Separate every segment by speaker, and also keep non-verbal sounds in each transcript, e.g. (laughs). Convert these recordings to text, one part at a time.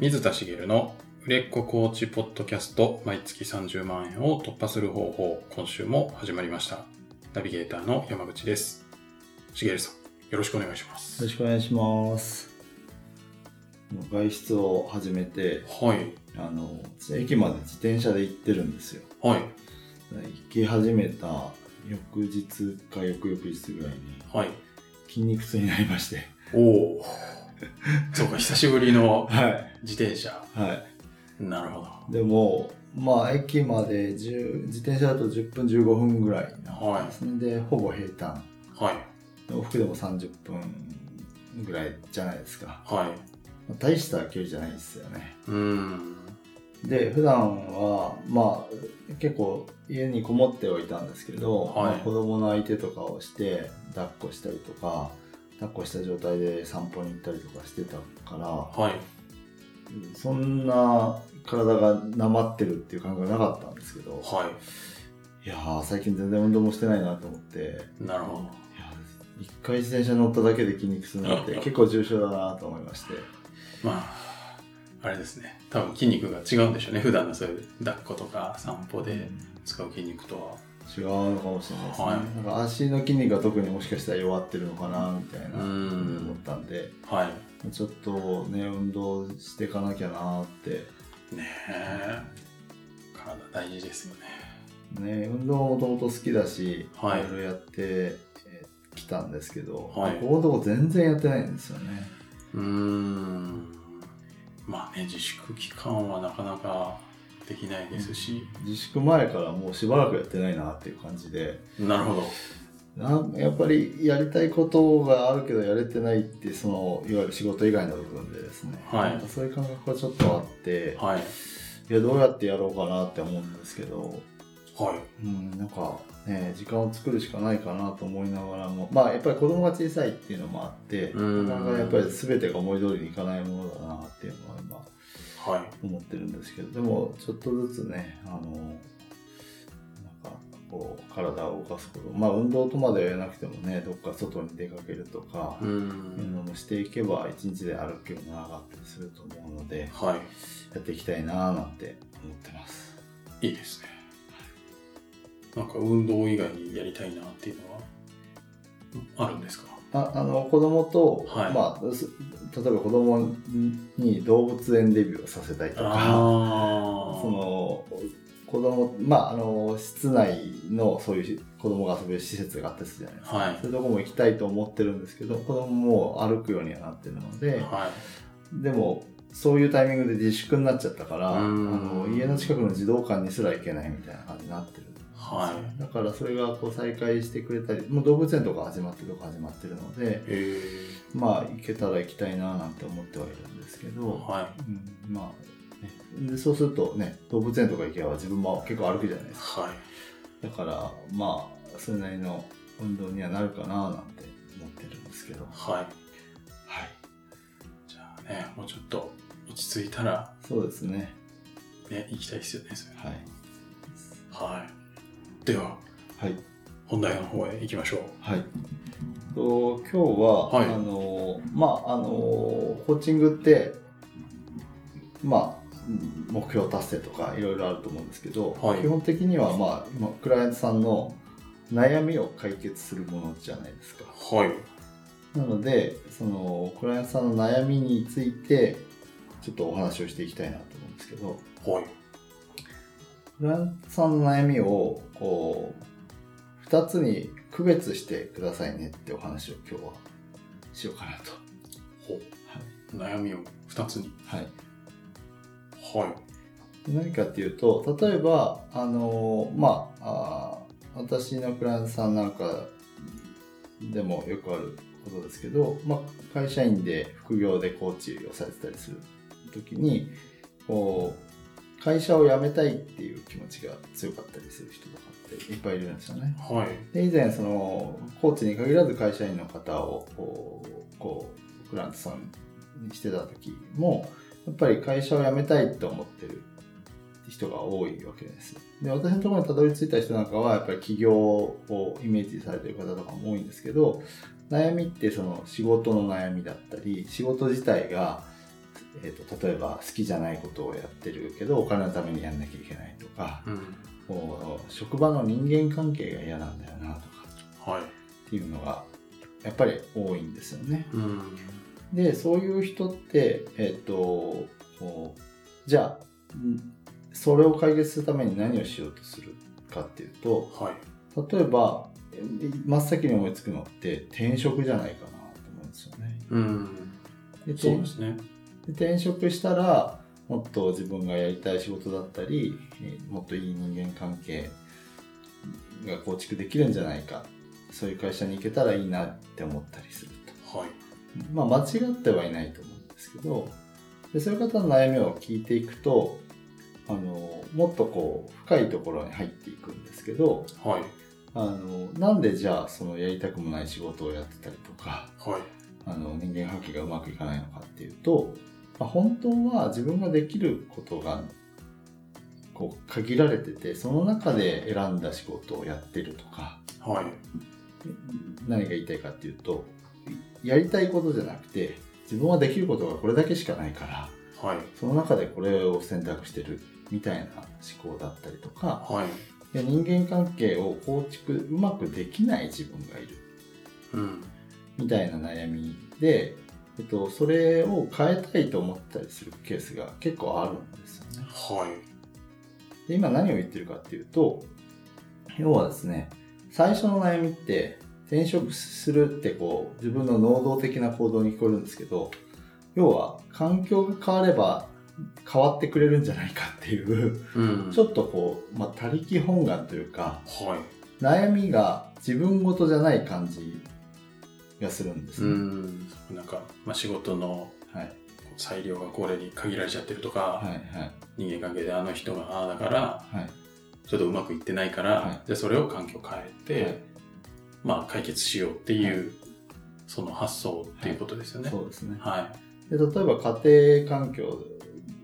Speaker 1: 水田茂の売れっ子コーチポッドキャスト毎月30万円を突破する方法今週も始まりましたナビゲーターの山口です茂さんよろしくお願いしま
Speaker 2: よ
Speaker 1: す
Speaker 2: ろしくお願いします。外出を始めて、
Speaker 1: はい
Speaker 2: あの、駅まで自転車で行ってるんですよ。
Speaker 1: はい
Speaker 2: 行き始めた翌日か翌々日ぐらいに
Speaker 1: はい
Speaker 2: 筋肉痛になりま (laughs) して。
Speaker 1: お (laughs) おそうか久しぶりの
Speaker 2: はい。
Speaker 1: 自転車
Speaker 2: は
Speaker 1: なるほど
Speaker 2: い。でも、まあ、駅まで10自転車だと10分15分ぐらいなんですね。で、ほぼ平坦。
Speaker 1: はい
Speaker 2: 往復でも30分ぐらいじゃないですか。
Speaker 1: はい
Speaker 2: まあ大した距離じゃないですよね。
Speaker 1: うーん
Speaker 2: で普段はまあ結構家にこもってはいたんですけど、
Speaker 1: はい
Speaker 2: まあ子供の相手とかをして抱っこしたりとか抱っこした状態で散歩に行ったりとかしてたから
Speaker 1: はい
Speaker 2: そんな体がなまってるっていう感覚はなかったんですけど
Speaker 1: はい
Speaker 2: いやー最近全然運動もしてないなと思っていや
Speaker 1: いなるほ
Speaker 2: ー一回自転車乗っただけで筋肉痛にな
Speaker 1: (laughs)
Speaker 2: って結構重症だなと思いまして
Speaker 1: どまああれですね多分筋肉が違うんでしょうね普段のそういう抱っことか散歩で使う筋肉とは
Speaker 2: 違うのかもしれないですね、
Speaker 1: はい
Speaker 2: なんか足の筋肉が特にもしかしたら弱ってるのかなみたいな
Speaker 1: うん
Speaker 2: 思ったんで
Speaker 1: は
Speaker 2: ちょっとね運動していかなきゃなって
Speaker 1: いねえ体大事ですよね
Speaker 2: ね運動もともと好きだし、
Speaker 1: はい
Speaker 2: ろいろやってきたんですけど、
Speaker 1: はい
Speaker 2: ここのとこ全然やってないんですよね
Speaker 1: うーんまあね自粛期間はなかなかできないですし、
Speaker 2: 自粛前からもうしばらくやってないなっていう感じで
Speaker 1: なるほど
Speaker 2: なやっぱりやりたいことがあるけどやれてないってそのいわゆる仕事以外の部分でですね、
Speaker 1: はい
Speaker 2: なんかそういう感覚がちょっとあって、
Speaker 1: はい
Speaker 2: いやどうやってやろうかなって思うんですけど、
Speaker 1: はい
Speaker 2: うん、なんかね時間を作るしかないかなと思いながらもまあやっぱり子供が小さいっていうのもあって
Speaker 1: うん
Speaker 2: なかなかやっぱり全てが思い通りにいかないものだなっていうのは今
Speaker 1: はい
Speaker 2: 思ってるんですけどでもちょっとずつねあのなんかこう体を動かすことまあ運動とまでは言えなくてもねどっか外に出かけるとか
Speaker 1: うー、
Speaker 2: いうの
Speaker 1: ん
Speaker 2: もしていけば一日で歩くようになかったりすると思うので
Speaker 1: は
Speaker 2: やっていきたいなーなんて思ってます。
Speaker 1: いいいですねなんか運動以外にやりたいなっていうのはあるんですか
Speaker 2: ああの子供と、
Speaker 1: はい
Speaker 2: まあ、す例えば子供に動物園デビューをさせたいとか
Speaker 1: あ
Speaker 2: その子供まああの室内のそういう子供が遊べる施設があったりするじゃないですか
Speaker 1: は
Speaker 2: そうい
Speaker 1: いう
Speaker 2: とこも行きたいと思ってるんですけど子供も歩くようにはなってるので
Speaker 1: は
Speaker 2: でもそういうタイミングで自粛になっちゃったからあ
Speaker 1: うん
Speaker 2: の家の近くの児童館にすら行けないみたいな感じになってるんですよ
Speaker 1: いはい
Speaker 2: だからそれがこう再開してくれたりもう動物園とか始まってるとか始まってるので、
Speaker 1: え
Speaker 2: まあ行けたら行きたいななんて思ってはいるんですけ
Speaker 1: ー、
Speaker 2: ど、
Speaker 1: はい
Speaker 2: うん、まあ、ね、でそうするとね動物園とか行けば自分も結構歩くじゃないですか
Speaker 1: はい
Speaker 2: だからまあそれなりの運動にはなるかななんて思ってるんですけどはい
Speaker 1: はいじゃあねもうちょっと落ち着いたら
Speaker 2: そうですね
Speaker 1: ね行きたいですよねそれ
Speaker 2: はい
Speaker 1: はいでは
Speaker 2: はい
Speaker 1: 本題の方へ行きましょう
Speaker 2: はいと今日は、
Speaker 1: はい
Speaker 2: あのまああのコーチングってまあうん目標達成とかいろいろあると思うんですけど、
Speaker 1: はい
Speaker 2: 基本的には、まあ、今クライアントさんの悩みを解決するものじゃないですか
Speaker 1: はい
Speaker 2: なのでそのクライアントさんの悩みについてちょっとお話をしていきたいなと思うんですけど
Speaker 1: はい
Speaker 2: クライアントさんの悩みをこう2つに区別してくださいねってお話を今日はしようかなと
Speaker 1: ほ
Speaker 2: は
Speaker 1: 悩みを2つに
Speaker 2: い、はい、
Speaker 1: は
Speaker 2: 何かっていうと例えばあのまああー私のクライアントさんなんかでもよくあることですけど、まあ、会社員で副業でコーチをされてたりする時にこう会社を辞めたいっていう気持ちが強かったりする人とかっていっぱいいるんですよね。
Speaker 1: いはい
Speaker 2: で以前そのコーチに限らず会社員の方をこうこうクライアントさんにしてた時もやっぱり会社を辞めたいと思ってる人が多いわけですよで私のところにたどり着いた人なんかはやっぱり起業をイメージされてる方とかも多いんですけど悩みってその仕事の悩みだったり仕事自体がえー、と例えば好きじゃないことをやってるけどお金のためにやんなきゃいけないとか
Speaker 1: うん。
Speaker 2: もう職場の人間関係が嫌なんだよなとか
Speaker 1: はい。
Speaker 2: っていうのがやっぱり多いんですよね。
Speaker 1: うん。
Speaker 2: でそういう人って、えっとこうじゃあんそれを解決するために何をしようとするかっていうと
Speaker 1: はい。
Speaker 2: 例えばえ真っ先に思いつくのって転職じゃないかなと思うんですよね。
Speaker 1: うん。
Speaker 2: で
Speaker 1: そう
Speaker 2: 転
Speaker 1: ですね。
Speaker 2: で転職したらもっと自分がやりたい仕事だったりえーもっといい人間関係が構築できるんじゃないかそういう会社に行けたらいいなって思ったりすると。
Speaker 1: はい。
Speaker 2: まあ、間違ってはいないと思うんですけどでそういう方の悩みを聞いていくとあのもっとこう深いところに入っていくんですけど
Speaker 1: はい。
Speaker 2: あのなんでじゃあそのやりたくもない仕事をやってたりとか
Speaker 1: はい。
Speaker 2: あの人間関係がうまくいかないのかっていうと、まあ、本当は自分ができることがこう限られててその中で選んだ仕事をやってるとか
Speaker 1: はい。
Speaker 2: 何が言いたいかっていうとやりたいことじゃなくて自分はできることがこれだけしかないから
Speaker 1: はい。
Speaker 2: その中でこれを選択してるみたいな思考だったりとか
Speaker 1: はい。
Speaker 2: いや人間関係を構築うまくできない自分がいる
Speaker 1: うん。
Speaker 2: みたいな悩みで、えっと、それを変えたいと思ったりするケースが結構あるんですよね。
Speaker 1: はい。
Speaker 2: で今何を言ってるかっていうと要はですね最初の悩みって転職するってこう自分の能動的な行動に聞こえるんですけど要は環境が変われば変わってくれるんじゃないかっていう
Speaker 1: うん。
Speaker 2: ちょっとこう、まあ、他力本願というか
Speaker 1: は
Speaker 2: 悩みが自分事じゃない感じがするんで
Speaker 1: い。
Speaker 2: す
Speaker 1: う
Speaker 2: ね。
Speaker 1: ん。なんか、まあ、仕事の
Speaker 2: はい、
Speaker 1: 裁量がこれに限られちゃってるとか、
Speaker 2: はいはい
Speaker 1: 人間関係であの人がああだから、
Speaker 2: はい
Speaker 1: ちょっとうまくいってないから、
Speaker 2: はい
Speaker 1: じゃあそれを環境変えて、
Speaker 2: はい
Speaker 1: まあ解決しようっていう、その発想っていうことですよね。
Speaker 2: そうですね
Speaker 1: はい。
Speaker 2: で例えば家庭環境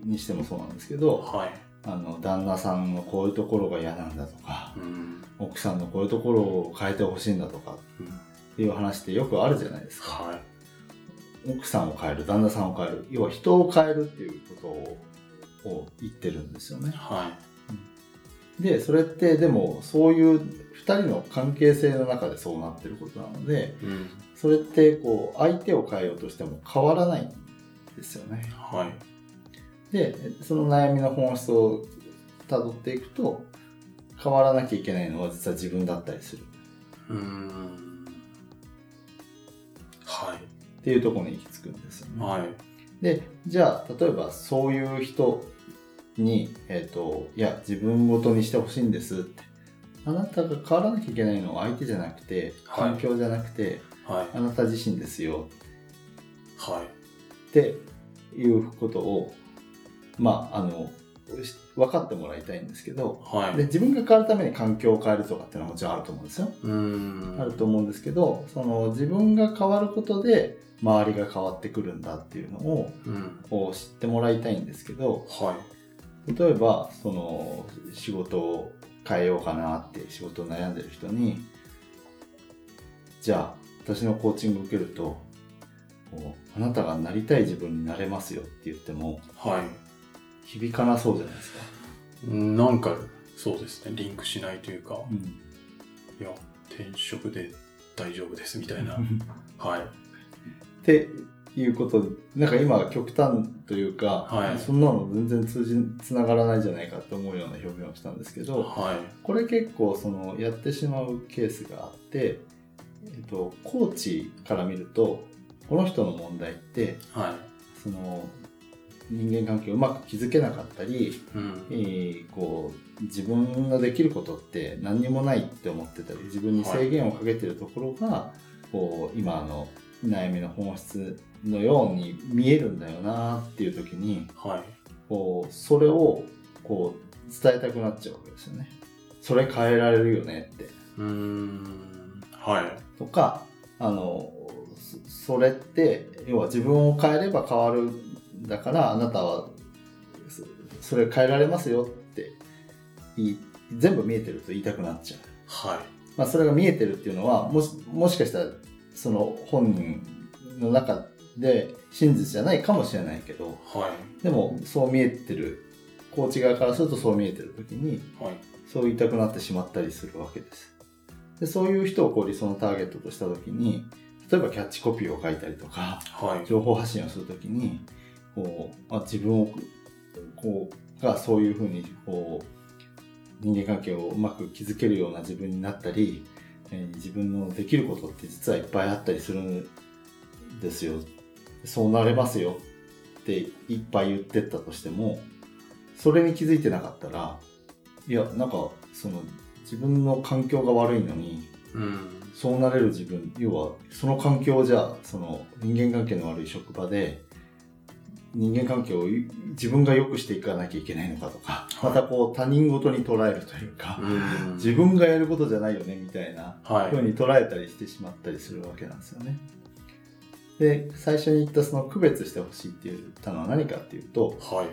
Speaker 2: にしてもそうなんですけど、
Speaker 1: はい。
Speaker 2: あの旦那さんのこういうところが嫌なんだとか
Speaker 1: うん。
Speaker 2: 奥さんのこういうところを変えてほしいんだとか
Speaker 1: うん
Speaker 2: っていう話ってよくあるじゃないですか
Speaker 1: は
Speaker 2: 奥さんを変える旦那さんを変える要は人を変えるっていうことをを言ってるんですよ
Speaker 1: い。
Speaker 2: ね
Speaker 1: は
Speaker 2: でそれってでもそういう2人の関係性の中でそうなってることなので
Speaker 1: い。うん。
Speaker 2: それってこう相手を変えようとしても変わらないんですよね
Speaker 1: はい。
Speaker 2: でその悩みの本質をたどっていくと変わらなきゃいけないのは実は自分だったりする
Speaker 1: うん。は
Speaker 2: っていうところに行き着くんですよ
Speaker 1: い。
Speaker 2: ね。
Speaker 1: はい。
Speaker 2: でじゃあ例えばそういう人に、えーと「いや自分ごとにしてほしいんです」って「あなたが変わらなきゃいけないのは相手じゃなくて
Speaker 1: はい
Speaker 2: 環境じゃなくて、
Speaker 1: はい。
Speaker 2: あなた自身ですよ」
Speaker 1: はい。
Speaker 2: っていうことをまああのし分かってもらいたいんですけど
Speaker 1: はい。
Speaker 2: で自分が変わるために環境を変えるとかっていうのはもちろんあると思うんですよ。
Speaker 1: うん。
Speaker 2: あると思うんですけどその自分が変わることで周りが変わってくるんだっていうのを
Speaker 1: うん。
Speaker 2: を知ってもらいたいんですけど
Speaker 1: はい。
Speaker 2: 例えばその仕事を変えようかなって仕事を悩んでる人にじゃあ私のコーチング受けるとこうあなたがなりたい自分になれますよって言っても
Speaker 1: は
Speaker 2: 響かなそうじゃないですか。
Speaker 1: い。なんか、そうですね。リンクしないというか、
Speaker 2: うん
Speaker 1: いや、転職で大丈夫ですみたいな。はい。
Speaker 2: っていうことでなんか今極端というか、
Speaker 1: はい
Speaker 2: そんなの全然通じつながらないじゃないかって思うような表現をしたんですけど
Speaker 1: はい。
Speaker 2: これ結構そのやってしまうケースがあって、えっと、コーチから見るとこの人の問題って
Speaker 1: はい。
Speaker 2: その人間関係をうまく築けなかったり、
Speaker 1: う
Speaker 2: え
Speaker 1: ん。
Speaker 2: ーこう自分のできることって何にもないって思ってたり自分に制限をかけてるところが、こう今の悩みの本質のように見えるんだよなっていう時に
Speaker 1: はい。
Speaker 2: こうそれをこう伝えたくなっちゃうわけですよね。それ変えられるよねって
Speaker 1: うーん。はい。
Speaker 2: とかあのそそれって要は自分を変えれば変わるんだからあなたはそそれ変えられますよって言い全部見えてると言いたくなっちゃう、
Speaker 1: は
Speaker 2: まあ、それが見えてるっていうのはもしもしかしたらその本人の中で真実じゃないかもしれないけど
Speaker 1: は
Speaker 2: でもそう見えてるコーチ側からするとそう見えてる時に
Speaker 1: い。はい。
Speaker 2: そう言いたくなってしまったりするわけですでそういう人をこう理想のターゲットとした時に例えばキャッチコピーを書いたりとか
Speaker 1: はい。
Speaker 2: 情報発信をするときにこう、まあ、自分をこうがそういうふうにこう人間関係をうまく築けるような自分になったり、えー自分のできることって実はいっぱいあったりするんですよそうなれますよっていっぱい言ってったとしてもそれに気づいてなかったらいやなんかその自分の環境が悪いのに
Speaker 1: うん。
Speaker 2: そうなれる自分要はその環境じゃその人間関係の悪い職場で人間関係をい自分が良くしていかなきゃいけないのかとか
Speaker 1: はい
Speaker 2: またこう他人事に捉えるというか
Speaker 1: うん。
Speaker 2: 自分がやることじゃないよねみたいな
Speaker 1: は
Speaker 2: 風
Speaker 1: い。
Speaker 2: に捉えたりしてしまったりするわけなんですよね。で最初に言ったその区別してほしいって言ったのは何かっていうと,、
Speaker 1: はい。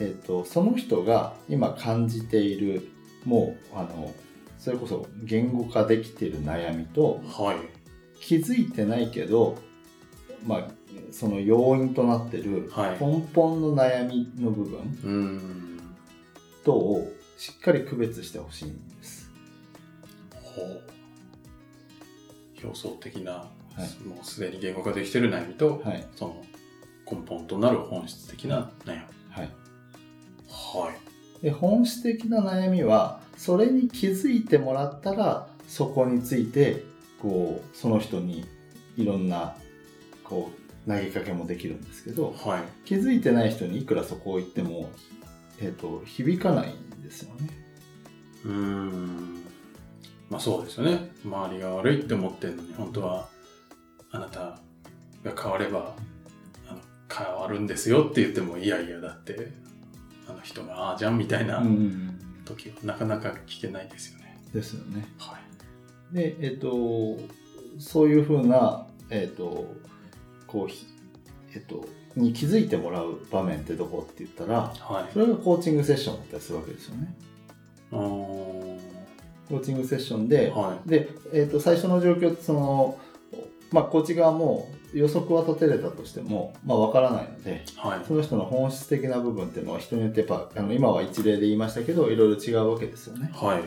Speaker 2: えー、とその人が今感じているもうあのそれこそ言語化できている悩みと
Speaker 1: はい。
Speaker 2: 気づいてないけど、まあ、その要因となってる
Speaker 1: はい
Speaker 2: 根本の悩みの部分
Speaker 1: うん。
Speaker 2: 等をしっかり区別してほしいんです。
Speaker 1: ほう。表層的な、
Speaker 2: い
Speaker 1: もうすでに言語化できてる悩みと、
Speaker 2: はい、
Speaker 1: その根本となる本質的な悩み。
Speaker 2: はい、
Speaker 1: はい。
Speaker 2: で本質的な悩みはそれに気づいてもらったらそこについてこうその人にいろんなこう投げかけもできるんですけど
Speaker 1: はい。
Speaker 2: 気づいてない人にいくらそこを言っても、えー、と響かないんですよね。
Speaker 1: うーんまあそうですよね周りが悪いって思ってるのに本当はあなたが変わればあの変わるんですよって言ってもいやいやだってあの人がああじゃんみたいな
Speaker 2: うん、
Speaker 1: 時はなかなか聞けないですよね、
Speaker 2: ですよね。
Speaker 1: はい
Speaker 2: で、えっと、そういうふうな、えっと、こう、ひえっと、に気づいてもらう場面ってどこって言ったら、
Speaker 1: はい
Speaker 2: それがコーチングセッションだったりするわけですよね。
Speaker 1: うーん
Speaker 2: コーチングセッションで、
Speaker 1: は
Speaker 2: で、えっと、最初の状況って、その、まあ、コーチ側も予測は立てれたとしても、まあ、わからないので、
Speaker 1: いはい
Speaker 2: その人の本質的な部分っていうのは人によってやっぱ、あの今は一例で言いましたけど、いろいろ違うわけですよね。
Speaker 1: はい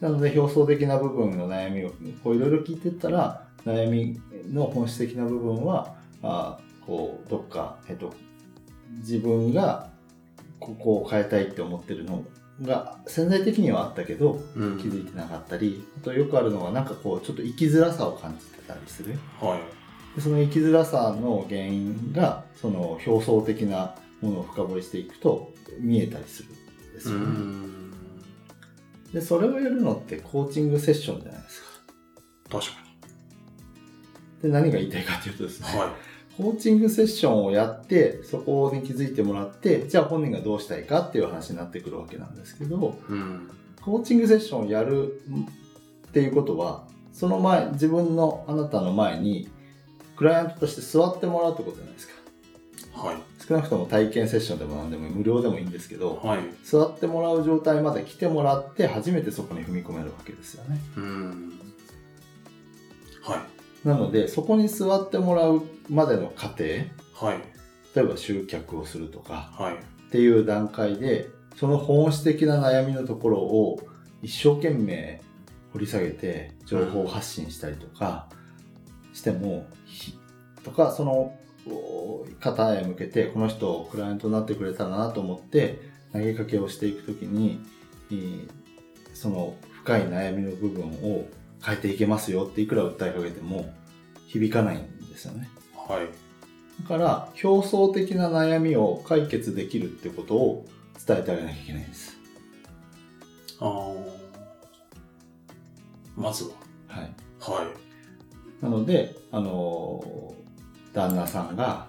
Speaker 2: なので表層的な部分の悩みをこういろいろ聞いてったら悩みの本質的な部分はあーこうどっか、えっと、自分がここを変えたいって思ってるのが潜在的にはあったけど
Speaker 1: う
Speaker 2: 気づい
Speaker 1: ん
Speaker 2: てなかったりあとよくあるのはなんかこうちょっと生きづらさを感じてたりする
Speaker 1: はい
Speaker 2: でその生きづらさの原因がその表層的なものを深掘りしていくと見えたりするんです
Speaker 1: うー
Speaker 2: よね。
Speaker 1: ん
Speaker 2: でそれをやるのってコーチングセッションじゃないですか。
Speaker 1: 確か
Speaker 2: で何が言いたいかというとですね、
Speaker 1: にはい
Speaker 2: コーチングセッションをやってそこに気づいてもらってじゃあ本人がどうしたいかっていう話になってくるわけなんですけど
Speaker 1: うん
Speaker 2: コーチングセッションをやるっていうことはその前自分のあなたの前にクライアントとして座ってもらうってことじゃないですか
Speaker 1: はい
Speaker 2: 少なくとも体験セッションでも何でも無料でもいいんですけど
Speaker 1: はい
Speaker 2: 座ってもらう状態まで来てもらって初めてそこに踏み込めるわけですよね
Speaker 1: うんはい
Speaker 2: なのでそこに座ってもらうまでの過程例
Speaker 1: はい
Speaker 2: えば集客をするとか
Speaker 1: はい
Speaker 2: っていう段階でその本質的な悩みのところを一生懸命掘り下げて情報発信したりとかしても、ひとかそのお方へ向けてこの人クライアントになってくれたらなと思って投げかけをしていくときに、えーその深い悩みの部分を変えていけますよっていくら訴えかけても響かないんですよね。
Speaker 1: はい
Speaker 2: だから表層的な悩みを解決できるってことを伝えてあげなきゃいけないんです。
Speaker 1: あーまず
Speaker 2: はい、
Speaker 1: ははい
Speaker 2: なので、あのー旦那さんが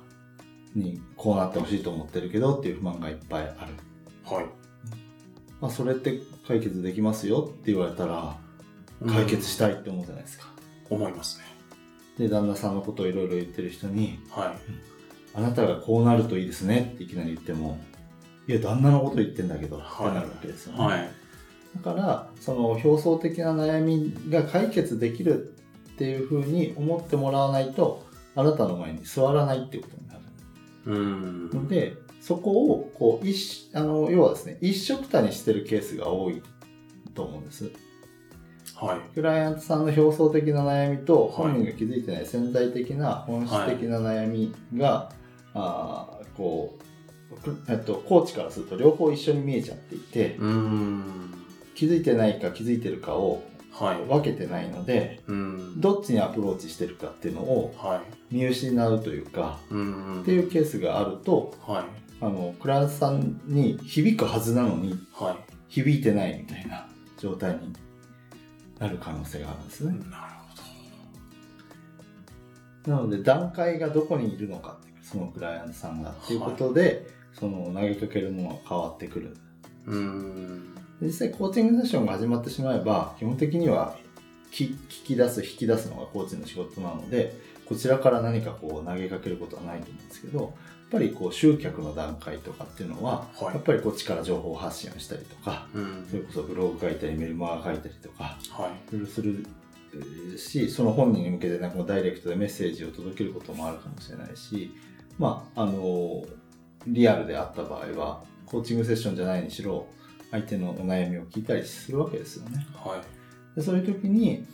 Speaker 2: にこうなってほしいと思ってるけどっていう不満がいっぱいある、
Speaker 1: はい
Speaker 2: まあ、それって解決できますよって言われたら解決したいって思うじゃないですか。
Speaker 1: うん思いますね
Speaker 2: で旦那さんのことをいろいろ言ってる人に
Speaker 1: は
Speaker 2: 「あなたがこうなるといいですね」っていきなり言っても「いや旦那のこと言ってんだけど」ってなるわけですよ
Speaker 1: い
Speaker 2: ね。
Speaker 1: はい
Speaker 2: だからその表層的な悩みが解決できるっていうふうに思ってもらわないとあなたの前に座らないってことになる
Speaker 1: うん。
Speaker 2: ので、そこをこう一あの要はですね一緒くたにしてるケースが多いと思うんです
Speaker 1: はい。
Speaker 2: クライアントさんの表層的な悩みと
Speaker 1: い
Speaker 2: 本人が気づいてない潜在的な本質的な悩みが、あーこうくえっと、コーチからすると両方一緒に見えちゃっていて
Speaker 1: うん。
Speaker 2: 気づいてないか気づいてるかを
Speaker 1: はい。
Speaker 2: 分けてないので
Speaker 1: うん。
Speaker 2: どっちにアプローチしてるかっていうのを
Speaker 1: は
Speaker 2: 見失うというか
Speaker 1: い。うん。
Speaker 2: っていうケースがあると
Speaker 1: はい。
Speaker 2: あのクライアントさんに響くはずなのに
Speaker 1: は
Speaker 2: 響いてないみたいな状態になる可能性があるんです
Speaker 1: い。
Speaker 2: ね。
Speaker 1: なるほど。
Speaker 2: なので段階がどこにいるのかっていうそのクライアントさんがっていうことで、その投げかけるものが変わってくる
Speaker 1: うん。
Speaker 2: 実際コーチングセッションが始まってしまえば基本的にはき聞き出す引き出すのがコーチの仕事なのでこちらから何かこう投げかけることはないと思うんですけどやっぱりこう集客の段階とかっていうのは、
Speaker 1: はい
Speaker 2: やっぱりこっちから情報発信をしたりとか
Speaker 1: うん
Speaker 2: そ。れこそブログ書いたりメルマガ書いたりとか
Speaker 1: はい。
Speaker 2: するするえーしその本人に向けてなんかもうダイレクトでメッセージを届けることもあるかもしれないしまああのリアルであった場合はコーチングセッションじゃないにしろ相手のお悩みを聞いたりするわけですよね。
Speaker 1: はい。
Speaker 2: でそういう時に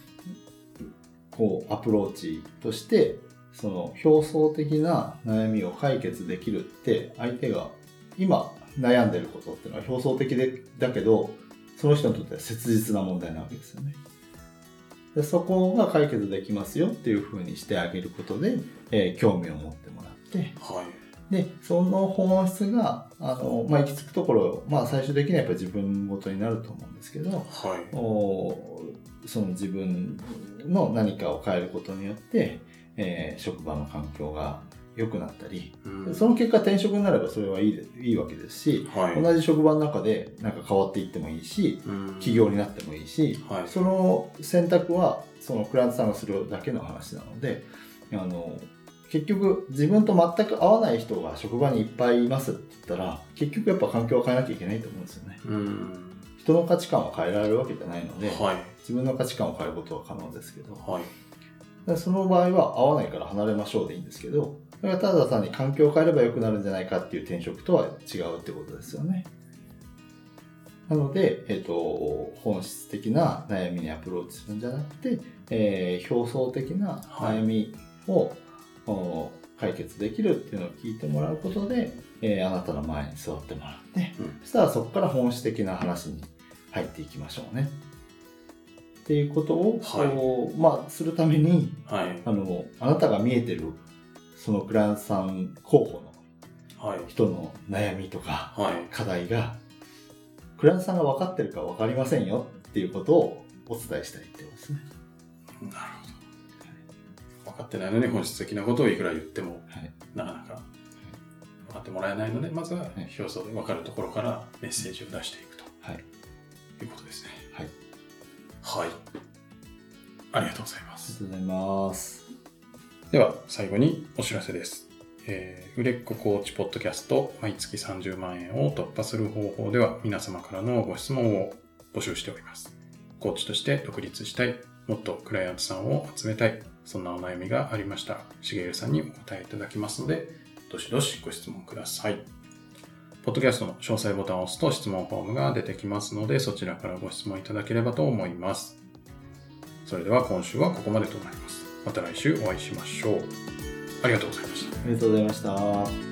Speaker 2: こうアプローチとしてその表層的な悩みを解決できるって相手が今悩んでることっていうのは表層的でだけどその人にとっては切実な問題なわけですよね。でそこが解決できますよっていうふうにしてあげることで、えー興味を持ってもらって
Speaker 1: はい。
Speaker 2: でその本質があの、まあ、行き着くところ、まあ、最終的にはやっぱり自分ごとになると思うんですけど、
Speaker 1: はい。
Speaker 2: おその自分の何かを変えることによって、えー職場の環境が良くなったり、
Speaker 1: うん
Speaker 2: その結果転職になればそれはいいでいいわけですし、
Speaker 1: はい。
Speaker 2: 同じ職場の中で何か変わっていってもいいし
Speaker 1: うん
Speaker 2: 企。業になってもいいし、
Speaker 1: はい。
Speaker 2: その選択はそのクライアントさんがするだけの話なのであの結局自分と全く合わない人が職場にいっぱいいますって言ったら結局やっぱ環境を変えなきゃいけないと思うんですよね。
Speaker 1: うん。
Speaker 2: 人の価値観を変えられるわけじゃないので、
Speaker 1: はい。
Speaker 2: 自分の価値観を変えることは可能ですけどだか
Speaker 1: はい。
Speaker 2: らその場合は合わないから離れましょうでいいんですけどそれがただ単に環境を変えれば良くなるんじゃないかっていう転職とは違うってことですよねなので、えっと本質的な悩みにアプローチするんじゃなくて、えー表層的な悩みを、お解決できるっていうのを聞いてもらうことで、えーあなたの前に座ってもらって、
Speaker 1: うん
Speaker 2: そしたらそこから本質的な話に入っていきましょうね。っていうことを、
Speaker 1: はい
Speaker 2: こうまあ、するために
Speaker 1: はい。
Speaker 2: あのあなたが見えてるそのクライアントさん候補の
Speaker 1: はい。
Speaker 2: 人の悩みとか
Speaker 1: はい。
Speaker 2: 課題がクライアントさんが分かってるか分かりませんよっていうことをお伝えしたいってことですね。
Speaker 1: なるほど。分かってないのに本質的なことをいくら言っても、
Speaker 2: はい
Speaker 1: なかなか分かってもらえないので、まずはい表層で分かるところからメッセージを出していくと
Speaker 2: はい
Speaker 1: いうことですね。
Speaker 2: はい、
Speaker 1: はい。ありがとうございま
Speaker 2: ありが
Speaker 1: す。
Speaker 2: とうございます。
Speaker 1: では、最後にお知らせです。えー売れっ子コーチポッドキャスト、毎月30万円を突破する方法では、皆様からのご質問を募集しております。コーチとして独立したい、もっとクライアントさんを集めたい、そんなお悩みがありましたら、しげるさんにお答えいただきますので、どしどしご質問ください。ポッドキャストの詳細ボタンを押すと質問フォームが出てきますので、そちらからご質問いただければと思います。それでは今週はここまでとなります。また来週お会いしましょう。ありがとうございました。
Speaker 2: ありがとうございました。